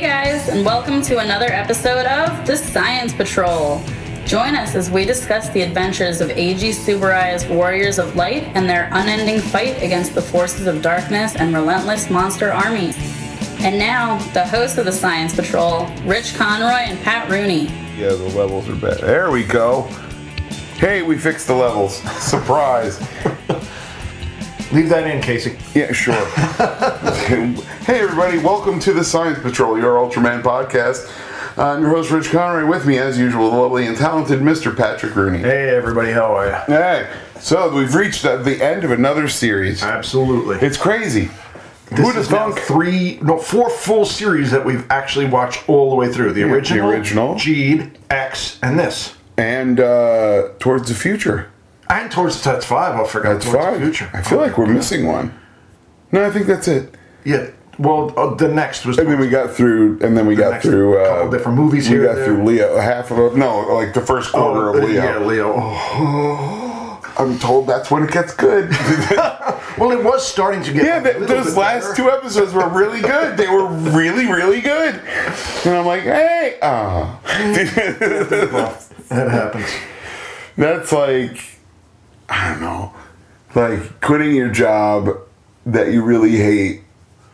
and welcome to another episode of The Science Patrol. Join us as we discuss the adventures of A.G. Subarai as warriors of light and their unending fight against the forces of darkness and relentless monster armies. And now, the hosts of The Science Patrol, Rich Conroy and Pat Rooney. Yeah, the levels are bad. There we go. Hey, we fixed the levels. Surprise. Leave that in, Casey. Yeah, sure. hey, everybody, welcome to the Science Patrol, your Ultraman podcast. I'm your host, Rich Connery. With me, as usual, the lovely and talented Mr. Patrick Rooney. Hey, everybody, how are you? Hey, so we've reached uh, the end of another series. Absolutely. It's crazy. this Who'd have is now thunk? three, no, four full series that we've actually watched all the way through. The original, original. Gene, X, and this, And uh, towards the future. and towards the Touch Five. I forgot That's towards five. the future. I feel like we're missing one. No, I think that's it. yeah. Well, uh, the next was And then we got through, and then we got next through uh, couple different movies We here got and there. through Leo, half of no, like the first quarter oh, of Leo. Yeah, Leo. Oh. I'm told that's when it gets good. well, it was starting to get. yeah, a th- little those bit last better. two episodes were really good. They were really, really good. And I'm like, hey, ah, That happens. that's like, I don't know, like quitting your job that you really hate.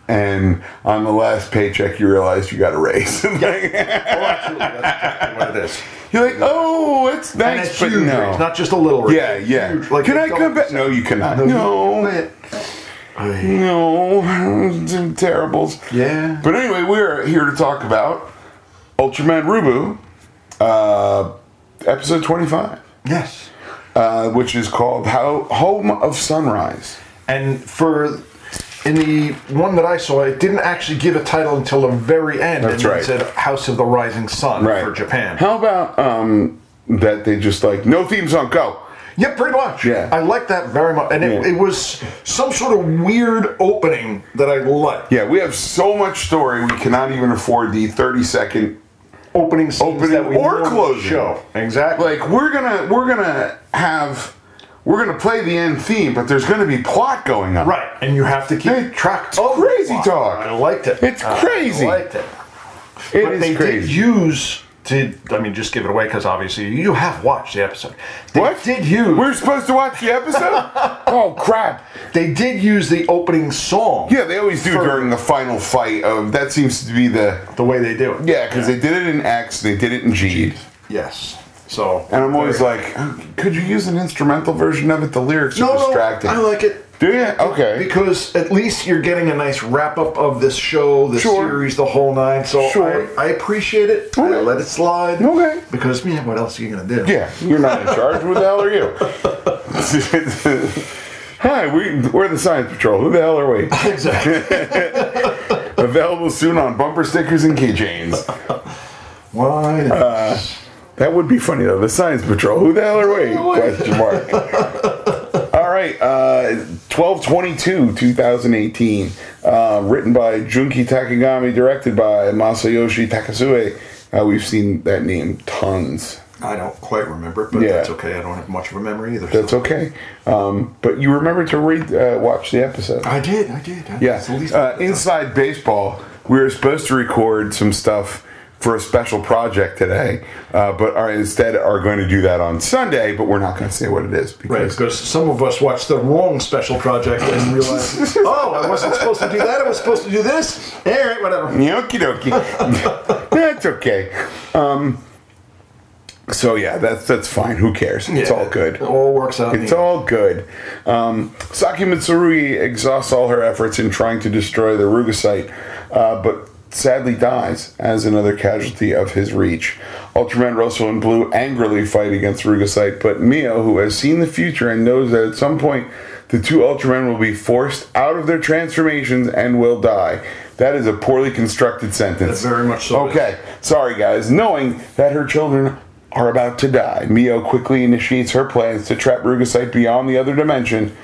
And on the last paycheck, you realize you got a raise. Oh, absolutely. That's exactly what it is. You're like, oh, it's And nice, it's but huge, no. It's not just a little. raise. yeah, yeah. Huge, like Can a I double come back? No, you cannot. No. Ay. No, terribles. Yeah. But anyway, we're here to talk about Ultraman Rubu, uh, episode 25, Yes. uh, which is called How Home of Sunrise. And for in the one that I saw, it didn't actually give a title until the very end. That's and right. It said House of the Rising Sun for Japan. How about um, that they just like, no theme song, go. Yeah, pretty much. Yeah. I like that very much, and it, Yeah. it was some sort of weird opening that I liked. Yeah, we have so much story, we cannot even afford the 30 second Opening scenes Opening that we or normally closing. show exactly. like we're gonna we're gonna have we're gonna play the end theme, but there's gonna be plot going on. right, and you have to keep It's track. crazy it. talk. I liked it. Uh, It's I crazy. liked it. It but is they did crazy. use to. I mean, just give it away because obviously you have watched the episode. They what did use? We're supposed to watch the episode? oh crap! They did use the opening song. Yeah, they always do For- during the final fight. Of that seems to be the The way they do it. yeah, because they did it in X, they did it in G, Yes. So. and I'm always Very- like, "Oh, could you use an instrumental version of it? The lyrics are no, no, distracting. I like it Do you? Okay. because at least you're getting a nice wrap up of this show, the Sure. series, the whole nine. So Sure. I, I appreciate it. and I Okay. let it slide. Okay. Because man, what else are you gonna do? Yeah, you're not in charge. Who the hell are you? Hi, we, we're the Science Patrol. Who the hell are we? Exactly. Available soon on bumper stickers and keychains. Why? not? Uh, That would be funny though. The Science Patrol. Who the hell are we? Question mark. All right. Uh, Twelve twenty-two, two thousand eighteen. Uh, written by Junki Takagami, directed by Masayoshi Takasue. Uh, we've seen that name tons. I don't quite remember, it, but Yeah. that's okay. I don't have much of a memory either. That's okay. Um, but you remember to read, uh, watch the episode. I did. I did. I Yeah. it's the least- Uh, inside baseball, we were supposed to record some stuff for a special project today, uh, but are instead are going to do that on Sunday. But we're not going to say what it is Right, because because some of us watched the wrong special project and realized, oh, I wasn't supposed to do that. I was supposed to do this. All right, whatever. Okie dokie. that's okay. Um, so yeah, that's that's fine. Who cares? It's Yeah, all good. It all works out. in It's the end. all good. Um, Saki Mitsurugi exhausts all her efforts in trying to destroy the Ruga site, uh, but sadly dies as another casualty of his reach. Ultraman Rosso and Blue angrily fight against Ruga site, but Mio, who has seen the future and knows that at some point the two Ultramen will be forced out of their transformations and will die. That is a poorly constructed sentence. That very much so is. Okay. Sorry, guys. Knowing that her children are about to die, Mio quickly initiates her plans to trap Rugasite beyond the other dimension.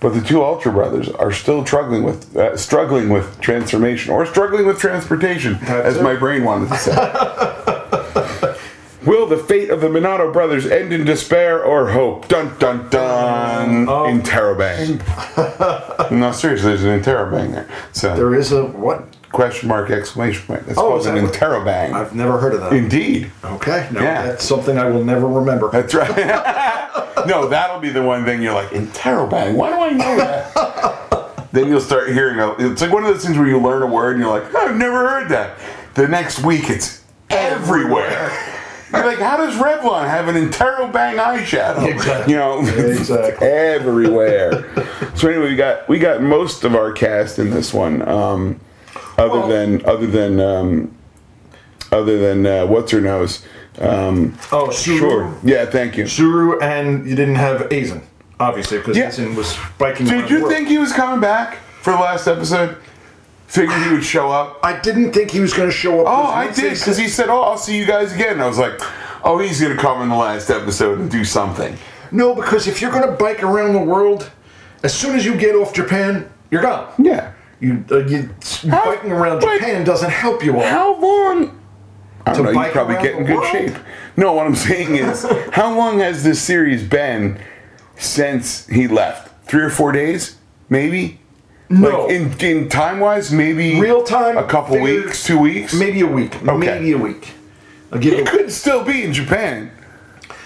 But the two Ultra Brothers are still struggling with uh, struggling with transformation or struggling with transportation, as it. my brain wanted to say. Will the fate of the Minato brothers end in despair or hope? Dun dun dun! Oh. Interrobang. no, seriously, there's an interrobang there. So There is a what? question mark exclamation point. That's Oh, called is an that what- interrobang. I've never heard of that. Indeed. Okay, no, Yeah. that's something I will never remember. That's right. no, that'll be the one thing you're like, interrobang, why do I know that? then you'll start hearing, a, it's like one of those things where you learn a word and you're like, I've never heard that. The next week, it's everywhere. You're like, how does Revlon have an interrobang eyeshadow? Exactly. You know, it's Exactly. everywhere. so anyway, we got we got most of our cast in this one, um, other Well- than other than um, other than uh, what's her nose. Um, Oh, Suru. Sure. Yeah, thank you. Suru, and you didn't have Azen, obviously, because Yeah. Aizen was biking. around Did the you world. think he was coming back for the last episode? Figured he would show up. I didn't think he was going to show up. Oh, 'cause I once they did because said- he said, "Oh, I'll see you guys again." And I was like, "Oh, he's gonna come in the last episode and do something." No, because if you're going to bike around the world, as soon as you get off Japan, you're gone. Yeah. You, uh, you How- biking around but- Japan doesn't help you all. How long? I To don't know. You bike probably around get in the good world? shape. No, what I'm saying is, how long has this series been since he left? Three or four days, maybe. No. Like in, in time wise, maybe Real time, a couple figure- weeks, two weeks, Maybe a week. Maybe a week. I'll give He it a could still be in Japan,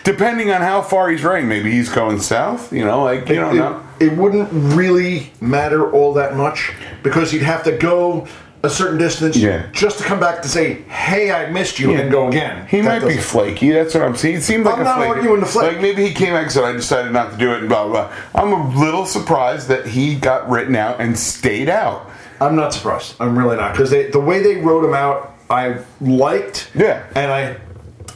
depending on how far he's running. Maybe he's going south. You know, like you don't it, know. it wouldn't really matter all that much because you'd have to go a certain distance Yeah. just to come back to say, "Hey, I missed you," and go again. He That might be doesn't- flaky. That's what I'm saying. He seemed like I'm a not flaky. arguing the flake. Like maybe he came back and said, "I decided not to do it," and blah blah. blah. I'm a little surprised that he got written out and stayed out. I'm not surprised. I'm really not because the way they wrote him out, I liked. Yeah. and I.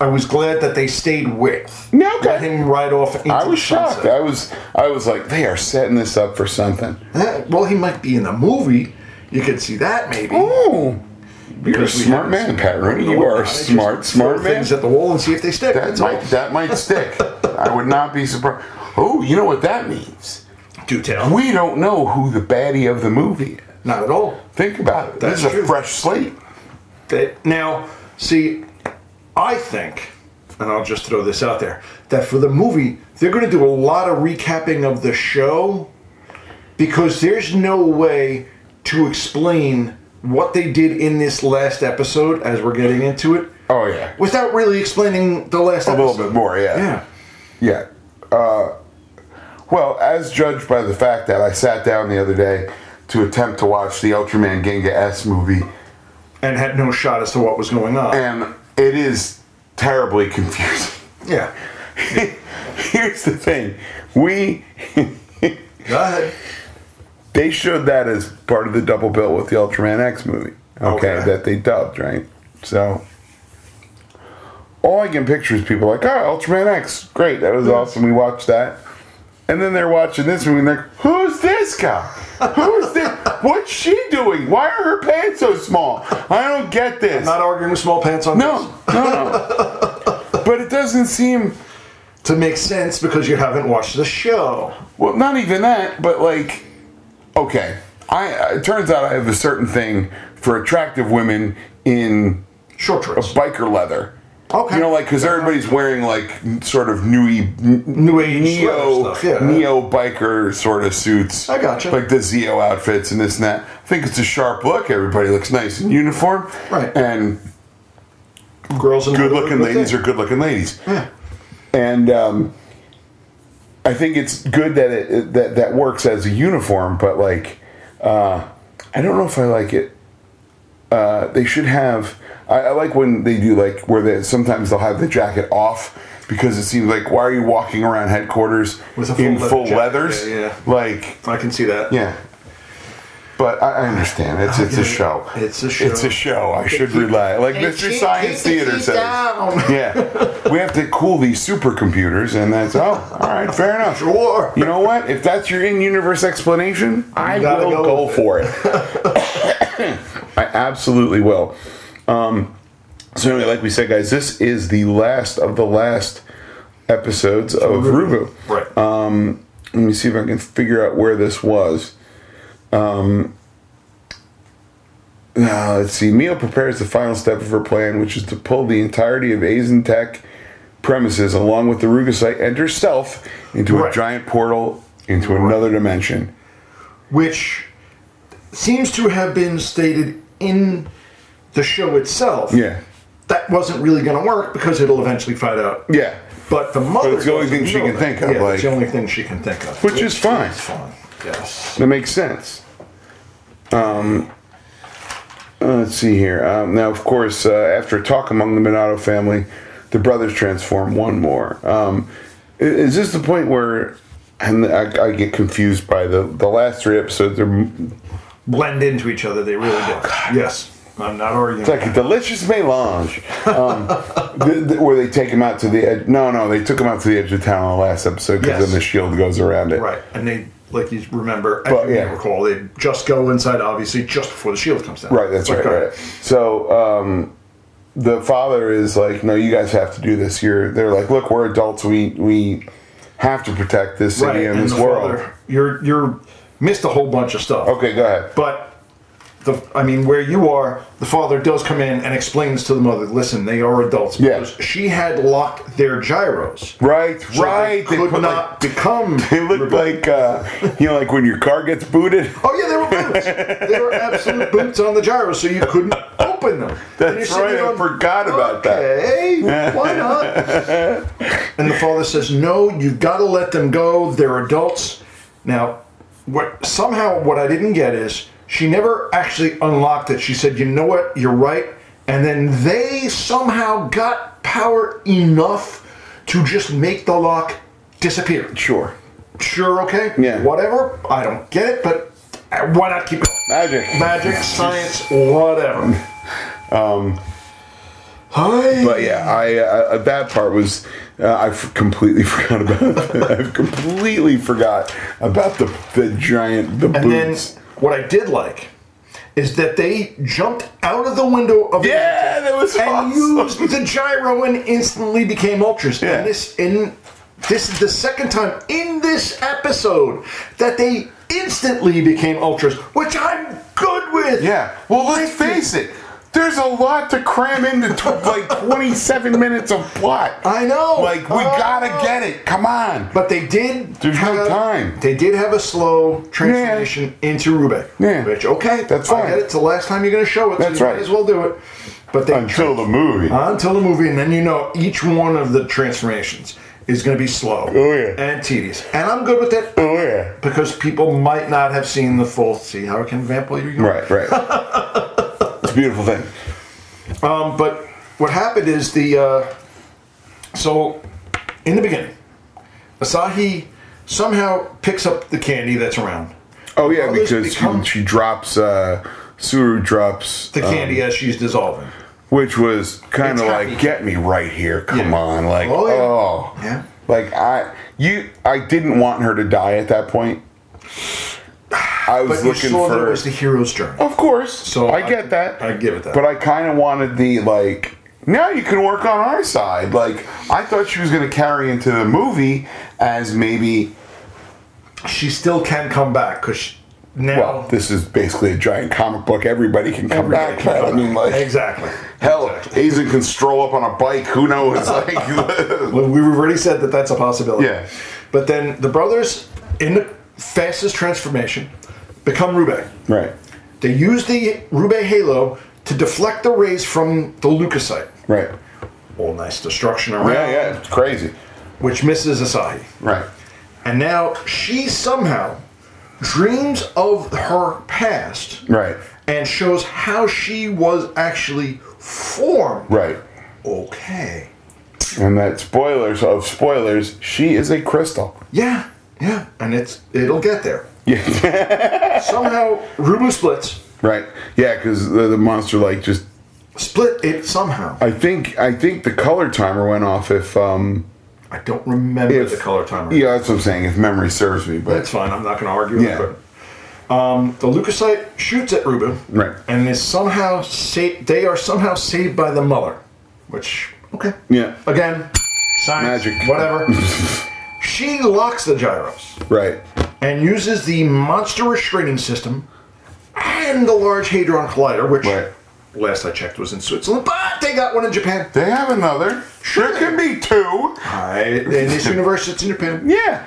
I was glad that they stayed with. Yeah, okay. Let him ride off into I the was shocked. sunset. I was I was like, they are setting this up for something. Eh, well, he might be in the movie. You could see that maybe. Oh, you're a Because we smart man, haven't- Pat Rooney. You Why are not? a Just smart, smart throw man. Things at the wall and see if they stick. That That's all. might that might stick. I would not be surprised. Oh, you know what that means? Do tell. We don't know who the baddie of the movie is. Not at all. Think about it. This That's is a true. fresh slate. That now, see, I think, and I'll just throw this out there, that for the movie, they're going to do a lot of recapping of the show because there's no way to explain what they did in this last episode as we're getting into it Oh yeah, without really explaining the last a episode. little bit more. Yeah, Yeah. yeah. Uh, well, as judged by the fact that I sat down the other day to attempt to watch the Ultraman Genga S movie, And had no shot as to what was going on. and it is terribly confusing. yeah. Here's the thing: we Go ahead. they showed that as part of the double bill with the Ultraman X movie. Okay, Okay. that they dubbed right. So all I can picture is people like, "Oh, Ultraman X, great, that was awesome. We watched that." And then they're watching this movie and they're, "Who's this guy? Who's this? What's she doing? Why are her pants so small? I don't get this." Not arguing with small pants on no, no, no. but it doesn't seem this to make sense because you haven't watched the show. Well, not even that, but like, okay, I. uh, It turns out I have a certain thing for attractive women in Short shorts. biker leather. Okay. You know, like because everybody's wearing like sort of newy, New Age neo, leather stuff, yeah. neo biker sort of suits. I gotcha. Like the Zeo outfits and this and that. I think it's a sharp look. Everybody looks nice in uniform. Right. And girls and good looking ladies are good looking ladies. And um, I think it's good that it that that works as a uniform, but like uh, I don't know if I like it. Uh, they should have. I, I like when they do like where they sometimes they'll have the jacket off because it seems like why are you walking around headquarters With a full in leather full jacket, leathers? yeah, yeah. Like I can see that. yeah. But I, I understand. It's it's a show. It's a show. It's a show. I should rely. Like they Mr. keep- Science keep the Theater heat says. down. Yeah. We have to cool these supercomputers and that's oh, all right, fair enough. Sure. You know what? If that's your in universe explanation, I gotta will go go with it. for it. I absolutely will. Um, so anyway, like we said, guys, this is the last of the last episodes of Rubu. Right. Uh, Let me see if I can figure out where this was. Um, uh, let's see. Mio prepares the final step of her plan, which is to pull the entirety of Azen Tech premises along with the Rugasite and herself into a Right. giant portal into another dimension. Which seems to have been stated in the show itself, Yeah. that wasn't really going to work because it'll eventually find out. Yeah. But the mother. it's the only doesn't thing she know can that. think of, Yeah, like- it's the only thing she can think of. Which is fine. It's fine. Yes. That makes sense. Um, uh, let's see here. Um, now, of course, uh, after a talk among the Minato family, the brothers transform one more. Um, i- is this the point where, and I, I get confused by the, the last three episodes, they're m- Blend into each other. They really do. Yes. I'm not arguing. Oh, it's like a delicious melange. Um, th- th- where they take him out to the edge. No, no, they took him out to the edge of town on the last episode because Yes. then the shield goes around it. Right, and they like you remember. I But, you may yeah. recall they just go inside, obviously, just before the shield comes down. Right, that's right, Okay. right. So um, the father is like, "No, you guys have to do this." You're, they're like, "Look, we're adults. We we have to protect this city Right, and, and this the world." father- you're you're missed a whole bunch of stuff. Okay, go ahead. but the I mean, where you are, the father does come in and explains to the mother, "Listen, they are adults." Yeah. she had locked their gyros. right, so right. They could put, like- not become. they look like uh, you know, like when your car gets booted. Oh yeah, they were boots. they were absolute boots on the gyros, so you couldn't open them. That's And you're sitting right, I there going, forgot about that. okay, that. why not? and the father says, "No, you've got to let them go. They're adults." Now, what somehow what I didn't get is she never actually unlocked it. She said, "You know what? You're right." And then they somehow got power enough to just make the lock disappear Sure, sure, okay, Yeah. whatever. I don't get it, but uh, why not keep going? magic. Magic, science, whatever. Um, Hi. Um, But yeah, I uh, uh, that part was uh, I f- completely forgot about. I completely forgot about the the giant the and then boots. what I did like is that they jumped out of the window of the- yeah, that was and awesome. used the gyro and instantly became ultras. Yeah. And this in this is the second time in this episode that they instantly became ultras, which I'm good with. Yeah. Well, let's face it. There's a lot to cram into tw- like 27 minutes of plot. I know. Like we I gotta know. get it. Come on. But they did. There's no time. They did have a slow transformation into Rubik. Yeah. Which okay, That's I fine. get it. It's the last time you're going to show it. That's so you right. Might as well do it. But they Until the movie. until the movie, and then you know each one of the transformations is going to be slow. Oh, yeah. And tedious. And I'm good with it. Oh yeah. Because people might not have seen the full. See how it can vamp you go. Right. Right. it's a beautiful thing. Um, but what happened is the uh, so in the beginning, Asahi somehow picks up the candy that's around. Oh yeah, Brothers because become- she drops. uh Suru drops um, the candy as she's dissolving. which was kind of It's like happy. get me right here come Yeah. on like Oh, oh, yeah. Yeah. like i you i didn't want her to die at that point i was But you looking saw for that it was the hero's journey. of course so So i, I- get that I give it that. but i kind of wanted the like now you can work on our side like i thought she was going to carry into the movie as maybe She still can come back because now well this is basically a giant comic book everybody can come everybody back can but come i mean back. like exactly. Hell, Exactly. Aizen can stroll up on a bike. Who knows? Like, Well, we've already said that that's a possibility. Yeah. But then the brothers, in the fastest transformation, become Rube. Right. They use the Rube Halo to deflect the rays from the leukocyte. Right. All nice destruction around, Yeah, yeah. It's crazy. which misses Asahi. Right. And now she somehow dreams of her past. Right. and shows how she was actually formed. Right. Okay. And that spoilers of spoilers, she is a crystal. Yeah, yeah, and it's it'll get there. somehow Rubu splits. Right. Yeah, because the, the monster like just Split it somehow. I, I think I think the color timer went off if um don't remember if the color timer. Yeah, that's what I'm saying, if memory serves me, but That's fine. I'm not going to argue with Yeah. it. Um, the leukocyte shoots at Rubu, Right. And is somehow sa- they are somehow saved by the mother, which okay, Yeah. again, science, Magic. whatever. she locks the gyros. Right. and uses the monster restraining system and the Large Hadron Collider, which Right. last I checked was in Switzerland, but they got one in Japan. They have another. There could be two. I, in this universe, it's in Japan. Yeah.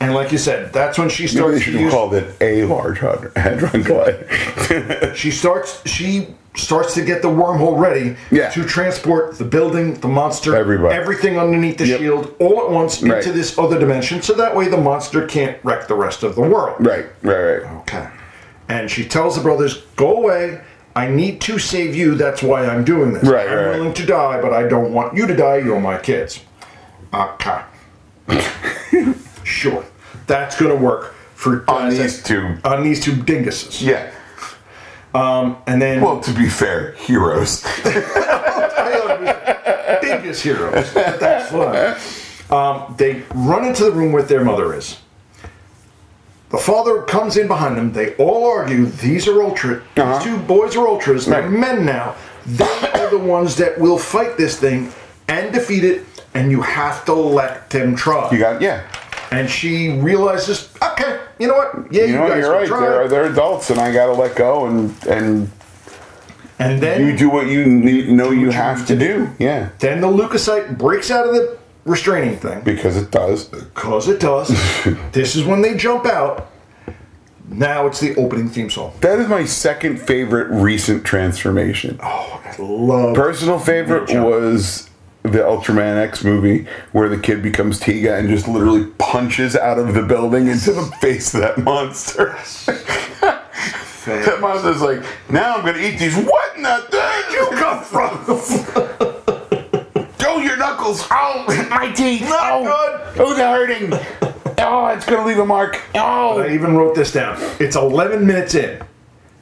And like you said, that's when she Maybe starts. they to should have use- called it a large hadron hadron collide. She starts. She starts to get the wormhole ready Yeah. to transport the building, the monster, Everybody. everything underneath the Yep. shield, all at once into Right. this other dimension. So that way, the monster can't wreck the rest of the world. right, right, right. Okay. And she tells the brothers, "Go away. I need to save you. That's why I'm doing this. Right, I'm right, right. willing to die, but I don't want you to die. You're my kids." Okay. sure. That's gonna work for On guys these that- two. On these two dinguses. Yeah. Um, and then Well, to be fair, heroes. dingus heroes. But That's fun. Um, they run into the room where their mother is. The father comes in behind them. They all argue. These are ultra. Uh-huh. These two boys are ultras. They're Right. men now. They are the ones that will fight this thing and defeat it. And you have to let them try. You got yeah. and she realizes, okay, you know what? Yeah, you, You know guys you're can right. try. They're, they're adults, and I gotta let go and and and then you do what you need, know you you have need to to do. Yeah, then the leukocyte breaks out of the restraining thing. because it does. Cause it does. this is when they jump out. Now it's the opening theme song. That is my second favorite recent transformation. Oh, I love Personal favorite was the Ultraman X movie where the kid becomes Tiga and just literally punches out of the building into the face of that monster. that monster's like, now I'm gonna eat these. What in the did you come from? Go your knuckles. Oh, my teeth. Not oh, good. Oh, they're hurting. oh, it's gonna leave a mark. I Oh, even wrote this down. It's 11 minutes in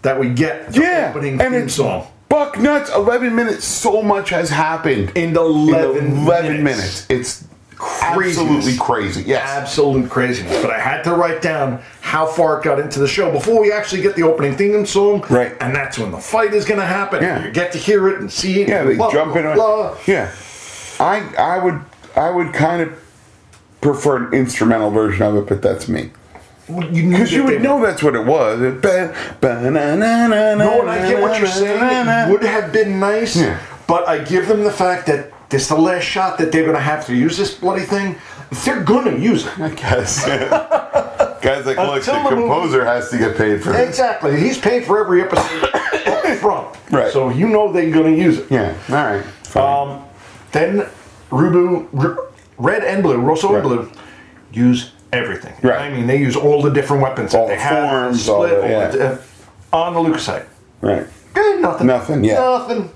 that we get the yeah. opening and theme it's song. buck nuts. Eleven minutes. So much has happened. In 11, in 11 minutes. It's Craziness. absolutely crazy. Yes. Absolute craziness. But I had to write down how far it got into the show before we actually get the opening theme song. Right. And that's when the fight is going to happen. Yeah. You get to hear it and see it. yeah, and they blah, jump in blah, on blah. Yeah. I I would I would kind of prefer an instrumental version of it, but that's me. You knew Because you that they would know that's what it was. It ba- ba-na-na-na-na-na-na-na-na-na. No, and I get what you're saying. It would have been nice, Yeah. but I give them the fact that this is the last shot that they're going to have to use this bloody thing. They're going to use it. I guess. Guys like, look, Until the the movie- composer has to get paid for this. Exactly. He's paid for every episode up front. Right. So you know they're going to use it. Yeah, all right. Fine. Um, then Rubu, Ru- Red and Blue, Rosso Right. and Blue, use everything. Right. I mean, they use all the different weapons All that the they have. forms, all split, the- yeah. di- on the leukocyte. right. Eh, nothing. Nothing, yeah. Nothing.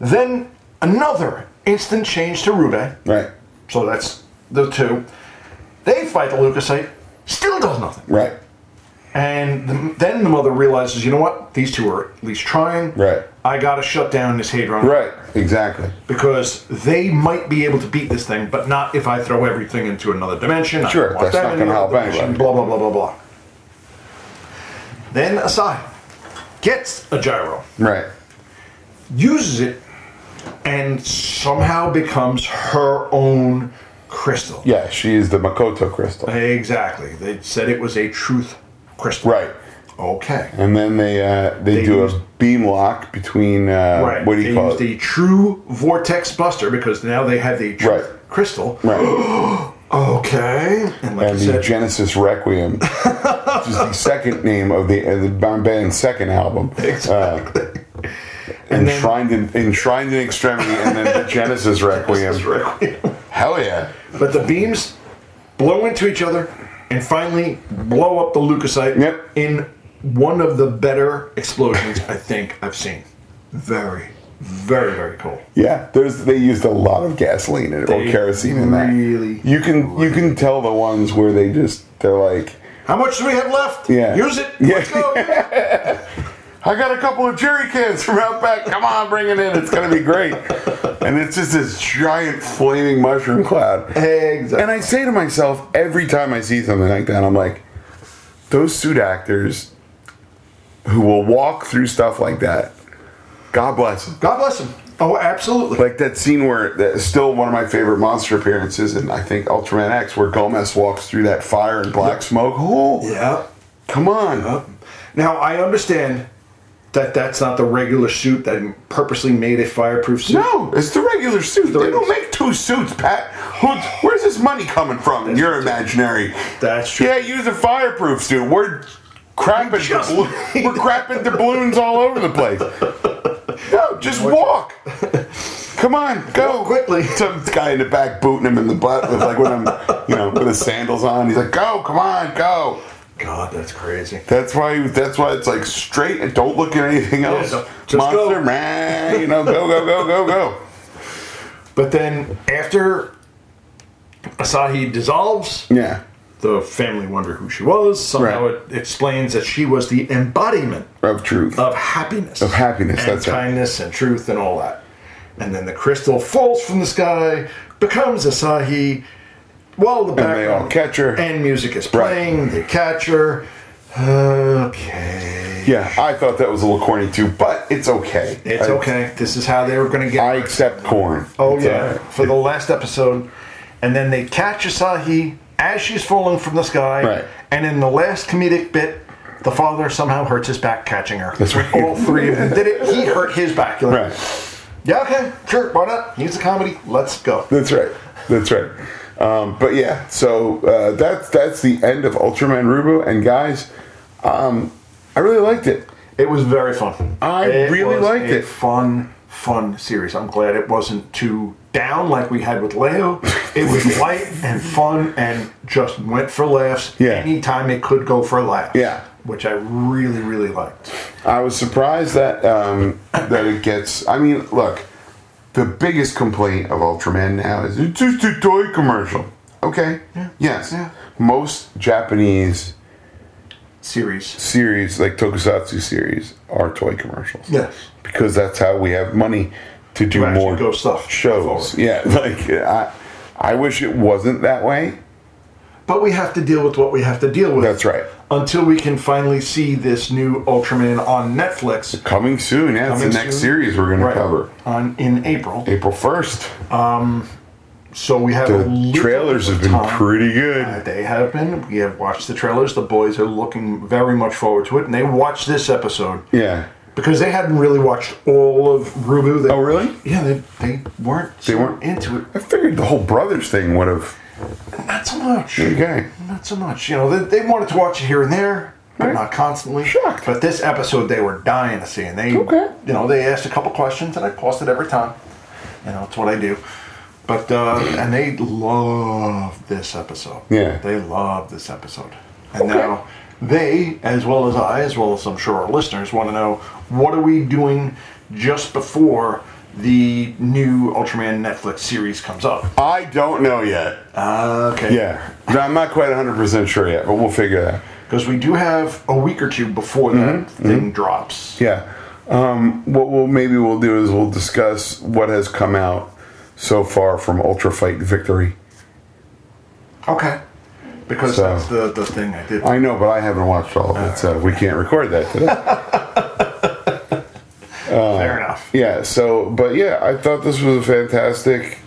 Then another instant change to Rube. Right. So that's the two. They fight the leukocyte, still does nothing. Right. And the, then the mother realizes, you know what? These two are at least trying. Right. I gotta shut down this Hadron. Right. Exactly. Because they might be able to beat this thing, but not if I throw everything into another dimension. I don't Sure, want that's them not in gonna another help dimension, anybody. Blah blah blah blah blah. Then Asai gets a gyro. Right. uses it and somehow becomes her own crystal. Yeah, she is the Makoto crystal. Exactly. They said it was a truth crystal. Right. Okay. And then they uh, they, They do used- a beam lock between uh, Right. what do you they call used it? the true vortex buster because now they have the truth Right. crystal. right. Okay. And And like I the said, Genesis Requiem, which is the second name of the uh, the band- band's second album. Exactly. And then- enshrined in enshrined in extremity, and then the Genesis Requiem. Hell yeah! but the beams blow into each other and finally blow up the leukocyte Yep. in one of the better explosions I think I've seen. Very, very, very cool. Yeah, there's they used a lot of gasoline in it, or They kerosene in that. really, you can you can tell the ones where they just they're like, How much do we have left? Yeah. Use it. Yeah. Let's go. I got a couple of jerry cans from out back. Come on, bring it in. It's gonna be great. And it's just this giant flaming mushroom cloud. exactly. And I say to myself every time I see something like that, I'm like, those suit actors who will walk through stuff like that. God bless them. God bless him. Oh, absolutely. Like that scene where that's still one of my favorite monster appearances, and I think Ultraman X, where Gomez walks through that fire and black smoke hole. yeah. Oh, Come on. Now I understand that that's not the regular suit that purposely made a fireproof suit. No, it's the regular suit. They regular don't make two suits, Pat. Who- Where's this money coming from? You're imaginary. That's true. Yeah, use a fireproof suit. We're crapping, just- we're crapping doubloons all over the place. No, just walk. Come on, go Walk quickly. Some guy in the back booting him in the butt with like when I'm, you know, with his sandals on. He's like, "Go, come on, go." God, that's crazy. That's why. That's why it's like straight and don't look at anything else. no, just Monster go. man, you know, go, go, go, go, go. But then after Asahi dissolves, Yeah, the family wonder who she was. Somehow Right. it explains that she was the embodiment of truth. of happiness. Of happiness, And that's right. kindness and truth and all that. And then the crystal falls from the sky, becomes Asahi. While the And they all background catch her. and music is Right. playing, they catch her. Okay. yeah, I thought that was a little corny too, but it's okay. It's I- okay. This is how they were going to get. I accept corn. Oh It's yeah, alright. for the last episode, and then they catch Asahi as she's falling from the sky, Right. and in the last comedic bit, the father somehow hurts his back catching her. That's right. All three of them did it. He hurt his back. You're like, Right. Yeah, okay, sure, why not? He's a comedy. Let's go. That's right. That's right. Um, but yeah, so uh, that's that's the end of Ultraman Rubo, and guys, um, I really liked it. It was very fun. I really was liked a it. Fun, fun series. I'm glad it wasn't too down like we had with Leo. It was light and fun and just went for laughs Yeah. anytime it could go for laughs. Yeah. Which I really, really liked. I was surprised that um, that it gets. I mean, look, the biggest complaint of Ultraman now is it's just a toy commercial. Okay. Yes. Yeah. Most Japanese Series. series, like tokusatsu series, are toy commercials. Yes. Because that's how we have money to do To actually more go stuff shows. forward. Yeah, like I, I wish it wasn't that way. But we have to deal with what we have to deal with. That's right. Until we can finally see this new Ultraman on Netflix. Coming soon. Yeah, it's Coming the next soon. series we're going to cover. On in April. April first. So we have a The little trailers have been time. pretty good. Uh, They have been. We have watched the trailers. The boys are looking very much forward to it, and they watched this episode Yeah. because they hadn't really watched all of Rubu. They, Oh, really? Yeah, they, they weren't. They weren't? into it. I figured the whole brothers thing would have. Not so much. Okay. Not so much. You know, they, they wanted to watch it here and there, but Right. not constantly. Shocked. But this episode, they were dying to see, and they, Okay. you know, they asked a couple questions, and I paused it every time. You know, it's what I do. But uh, and they love this episode. Yeah. they love this episode. And now they, as well as I, as well as I'm sure our listeners, want to know what are we doing just before the new Ultraman Netflix series comes up. I don't know yet. Okay. Yeah. No, I'm not quite 100% sure yet, but we'll figure that out. because we do have a week or two before that Mm-hmm. thing drops. Yeah. Um, what we'll maybe we'll do is we'll discuss what has come out so far from Ultra Fight Victory. Okay. Because So- Uh, that's the, the thing I did. I know, but I haven't watched all of it, so we can't record that today. Fair enough. yeah. So, but yeah, I thought this was a fantastic.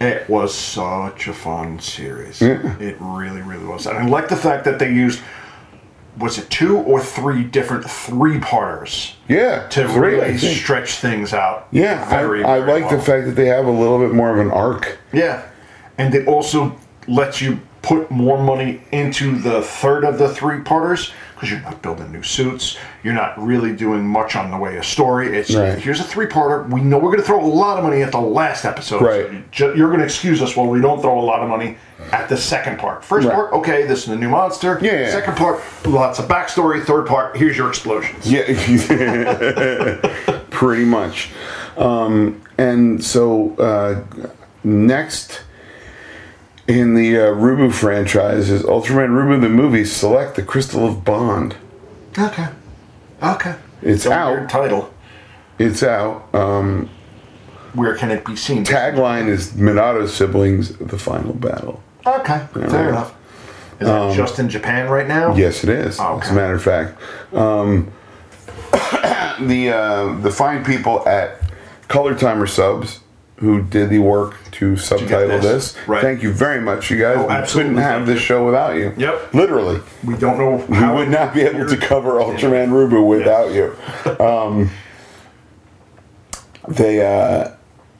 It was such a fun series. It really, really was. And I like the fact that they used was it two or three different three parters Yeah. to three, I really think. stretch things out. Yeah, I, I like the well. fact that they have a little bit more of an arc. Yeah, and it also lets you put more money into the third of the three parters because you're not building new suits. You're not really doing much on the way of story. It's Right. here's a three parter. We know we're going to throw a lot of money at the last episode. Right. you ju- you're going to excuse us while we don't throw a lot of money at the second part. First Right. part, okay, this is the new monster. Yeah, yeah. Second part, lots of backstory. Third part, here's your explosions. Yeah, pretty much. Um, and so uh, next in the uh, Rubu franchise is Ultraman Rubu the movie. Select the Crystal of Bond. Okay. Okay. It's a out. Weird title. It's out. Um, Where can it be seen? tagline is Minato siblings: The final battle. Okay, fair enough. Is Um, that just in Japan right now? Yes, it is. Oh, As a okay. matter of fact, um, the uh, the fine people at Color Timer Subs who did the work to subtitle this, this. right. Thank you very much, you guys. Oh, we absolutely. couldn't have this show without you. Yep. Literally, We don't know we would not be able to cover Ultraman Rubu without you. Um, they uh,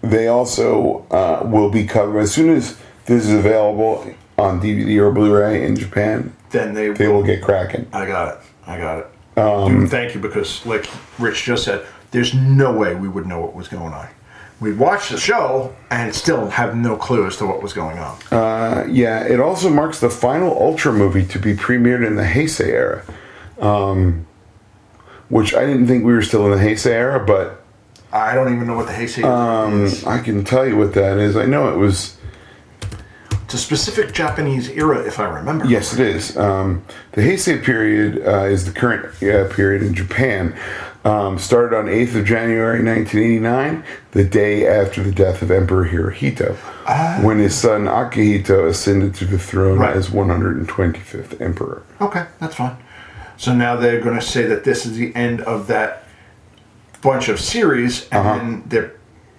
they also uh, will be covering as soon as this is available on DVD or Blu-ray in Japan, Then they, they will get Um, cracking. I got it. I got it. Dude, thank you because, like Rich just said, there's no way we would know what was going on. We watched the show and still have no clue as to what was going on. Uh, yeah, it also marks the final Ultra movie to be premiered in the Heisei era, um, which I didn't think we were still in the Heisei era, but I don't even know what the Heisei is. I can tell you what that is. I know it was. It's a specific Japanese era, if I remember. Yes, it is. Um, the Heisei period uh, is the current uh, period in Japan. Um, started on 8th of January 1989, the day after the death of Emperor Hirohito, when his son Akihito ascended to the throne Right. as 125th emperor. Okay, that's fine. So now they're going to say that this is the end of that bunch of series, and Uh-huh. then they're,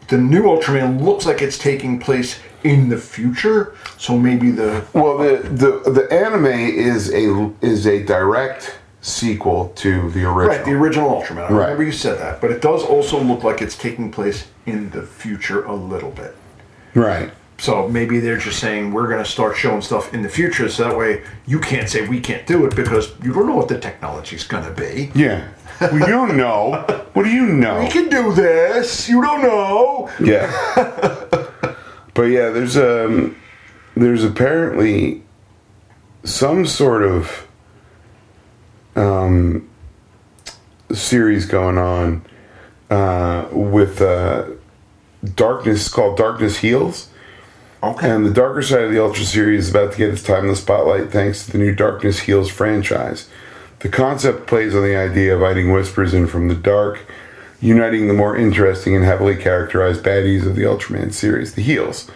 the new Ultraman looks like it's taking place in the future. So maybe the Well, the, the the anime is a is a direct sequel to the original. right the original Ultraman. I Right. remember you said that, but it does also look like it's taking place in the future a little bit. Right. So maybe they're just saying we're going to start showing stuff in the future, so that way you can't say we can't do it because you don't know what the technology's going to be. Yeah. Well, you don't know. What do you know? We can do this. You don't know. Yeah. but yeah, there's um there's apparently some sort of um series going on uh with uh darkness called Darkness Heals. Okay. And the darker side of the Ultra series is about to get its time in the spotlight thanks to the new Darkness Heals franchise. The concept plays on the idea of hiding whispers in from the dark, uniting the more interesting and heavily characterized baddies of the Ultraman series, the Heels.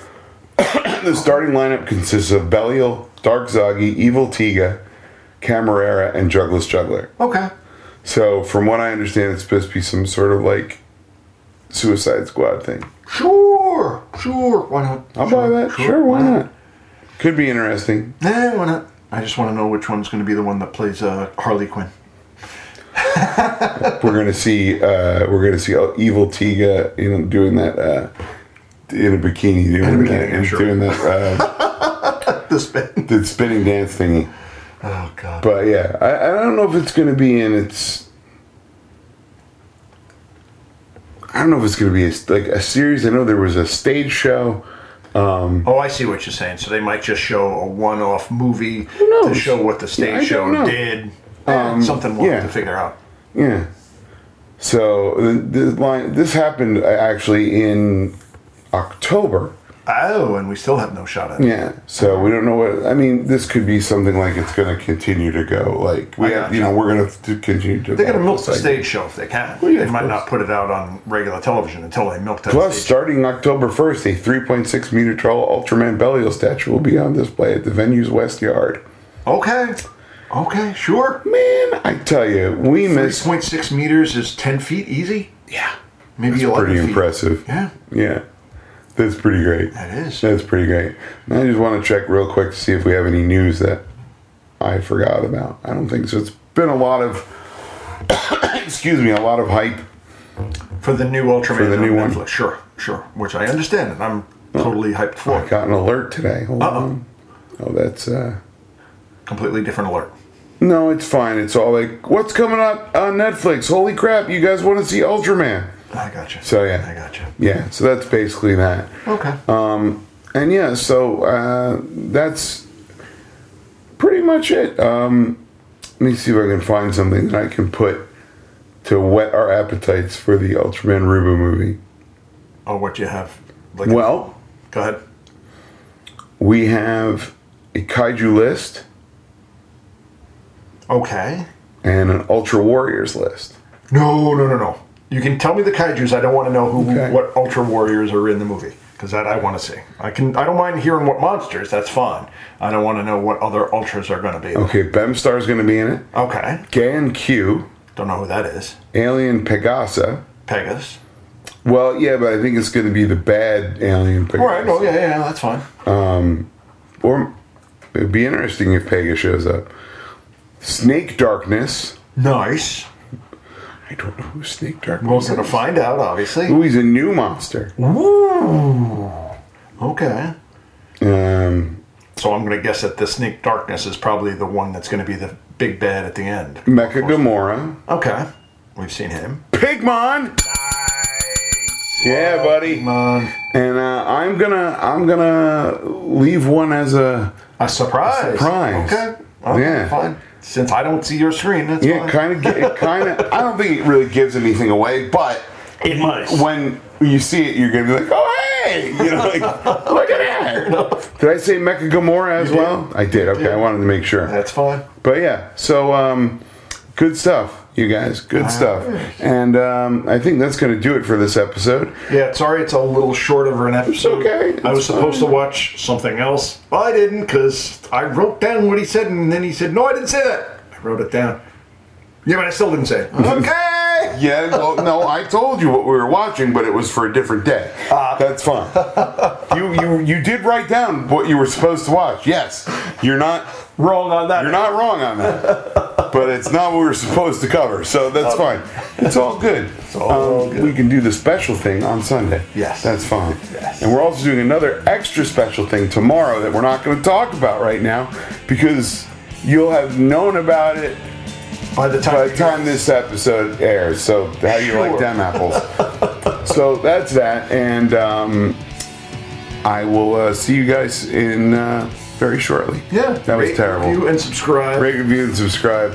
the starting lineup consists of Belial, Dark Zagi, Evil Tiga, Camarera, and Jugless Juggler. Okay. So, from what I understand, it's supposed to be some sort of like Suicide Squad thing. Sure. Sure. Why not? I'll buy that. Sure, why not? Could be interesting. Nah, why not? I just want to know which one's going to be the one that plays uh, Harley Quinn. We're gonna see. Uh, we're gonna see evil Tiga, you know, doing that uh, in a bikini, doing that, bikini, I'm sure. doing that, uh, This bit. the spinning dance thingy. Oh God. But yeah, I, I don't know if it's gonna be in its. I don't know if it's gonna be a, like a series. I know there was a stage show. oh, I see what you're saying. So they might just show a one-off movie to knows? show what the Yeah, I stage don't know. Um, show did. Eh, something we'll have yeah. to figure out. Yeah. So the, the line this happened uh, actually in October. Oh, and we still have no shot at it. Yeah. So we don't know what I mean. This could be something like it's going to continue to go. Like we, I have, gotcha. you know, we're going to continue to. They're going to milk the Like, stage show if they can. Well, yeah, they of might course. not put it out on regular television until they milk that Plus, stage. starting October first, a 3.6 meter tall Ultraman Belial statue will be on display at the venue's west yard. Okay. Okay. Sure. Man, I tell you, we Six missed. point six meters is ten feet easy. Yeah, Maybe that's 11 pretty feet. impressive. Yeah. Yeah, that's pretty great. That is. That's pretty great. And I just want to check real quick to see if we have any news that I forgot about. I don't think so. It's been a lot of, excuse me, a lot of hype. For the new Ultraman. For the on new one. Oh. Netflix. Sure, sure. Which I understand, and I'm totally hyped for. I got an alert today. Hold Uh-oh. on. Oh, that's uh. Completely different alert. No, it's fine. It's all like, what's coming up on Netflix? Holy crap! You guys want to see Ultraman? I got you. So yeah, Uh, I got you. Yeah, so that's basically that. Okay. and yeah, so uh, that's pretty much it. Um, let me see if I can find something that I can put to whet our appetites for the Ultraman Rubu movie. oh, what you have? Like, Well, go ahead. we have a kaiju list Okay. and an Ultra Warriors list. No, no, no, no. You can tell me the kaiju's. I don't want to know who, Okay. what Ultra Warriors are in the movie because that I want to see. I can. I don't mind hearing what monsters. That's fine. I don't want to know what other ultras are going to be. Okay, Bemstar's going to be in it. Okay. Gan Q, Don't know who that is. Alien Pegasa. Pegasus. Well, yeah, but I think it's going to be the bad Alien Pegasa. All right. No. Yeah. Yeah. That's fine. Or it'd be interesting if Pega shows up. Snake Darkness. Nice. I don't know who Snake Darkness We're is. going to find out, obviously. Ooh, he's a new monster. Ooh. Okay. Um, So I'm going to guess that the Snake Darkness is probably the one that's going to be the big bad at the end. Mecha Gamora. Okay. We've seen him. Pigmon. Yeah, buddy. Pokemon. And uh, I'm gonna I'm gonna leave one as a A surprise. Surprise. Okay. Okay, Yeah. Fine. Since I don't see your screen, that's yeah fine. kind of it kind of I don't think it really gives anything away, but It might. when you see it, you're gonna be like, oh hey, you know, like look at that. Did I say Mecha Gamora as well? I did. Okay, I wanted to make sure. That's fine. But yeah, so um, good stuff, you guys. Good stuff. And um, I think that's going to do it for this episode. Yeah, sorry, it's a little short of an episode. okay, it's I was supposed to watch something else. I didn't because I wrote down what he said, and then he said, "No, I didn't say that." I wrote it down. Yeah, but I still didn't say it. okay. Yeah, well, no, I told you what we were watching, but it was for a different day. that's fine. You you you did write down what you were supposed to watch. Yes, you're not Wrong on that. you're not wrong on that. But it's not what we were supposed to cover, so that's fine. It's all good. It's all good. We can do the special thing on Sunday. Yes. That's fine. Yes. And we're also doing another extra special thing tomorrow that we're not going to talk about right now because you'll have known about it By the time. by the time this episode airs. So how do you like Sure. them apples? so that's that, and um, I will uh, see you guys in uh, very shortly. Yeah. that was rate, terrible. Review and subscribe Rate, review, and subscribe.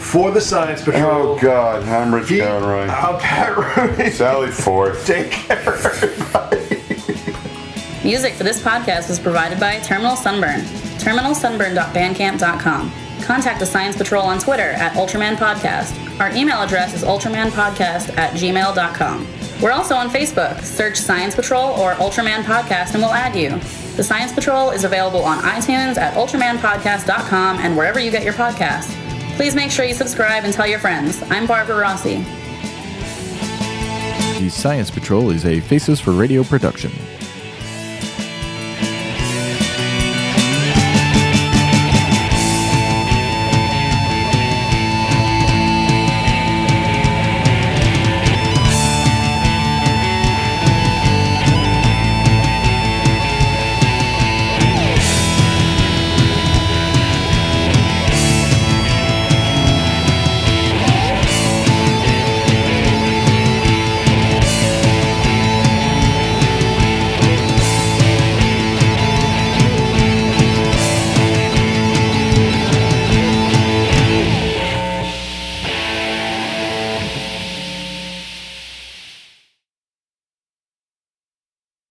for the Science Patrol. Oh God, I'm Rich Pete, Conroy. I'm Pat Rooney. Sally Forth. Take care. Music for this podcast was provided by Terminal Sunburn. TerminalSunburn.bandcamp.com. Contact the Science Patrol on Twitter at Ultraman Podcast. Our email address is ultramanpodcast at gmail.com. We're also on Facebook. Search Science Patrol or Ultraman Podcast and we'll add you. The Science Patrol is available on iTunes at ultramanpodcast.com and wherever you get your podcasts. Please make sure you subscribe and tell your friends. I'm Barbara Rossi. The Science Patrol is a Faces for Radio production.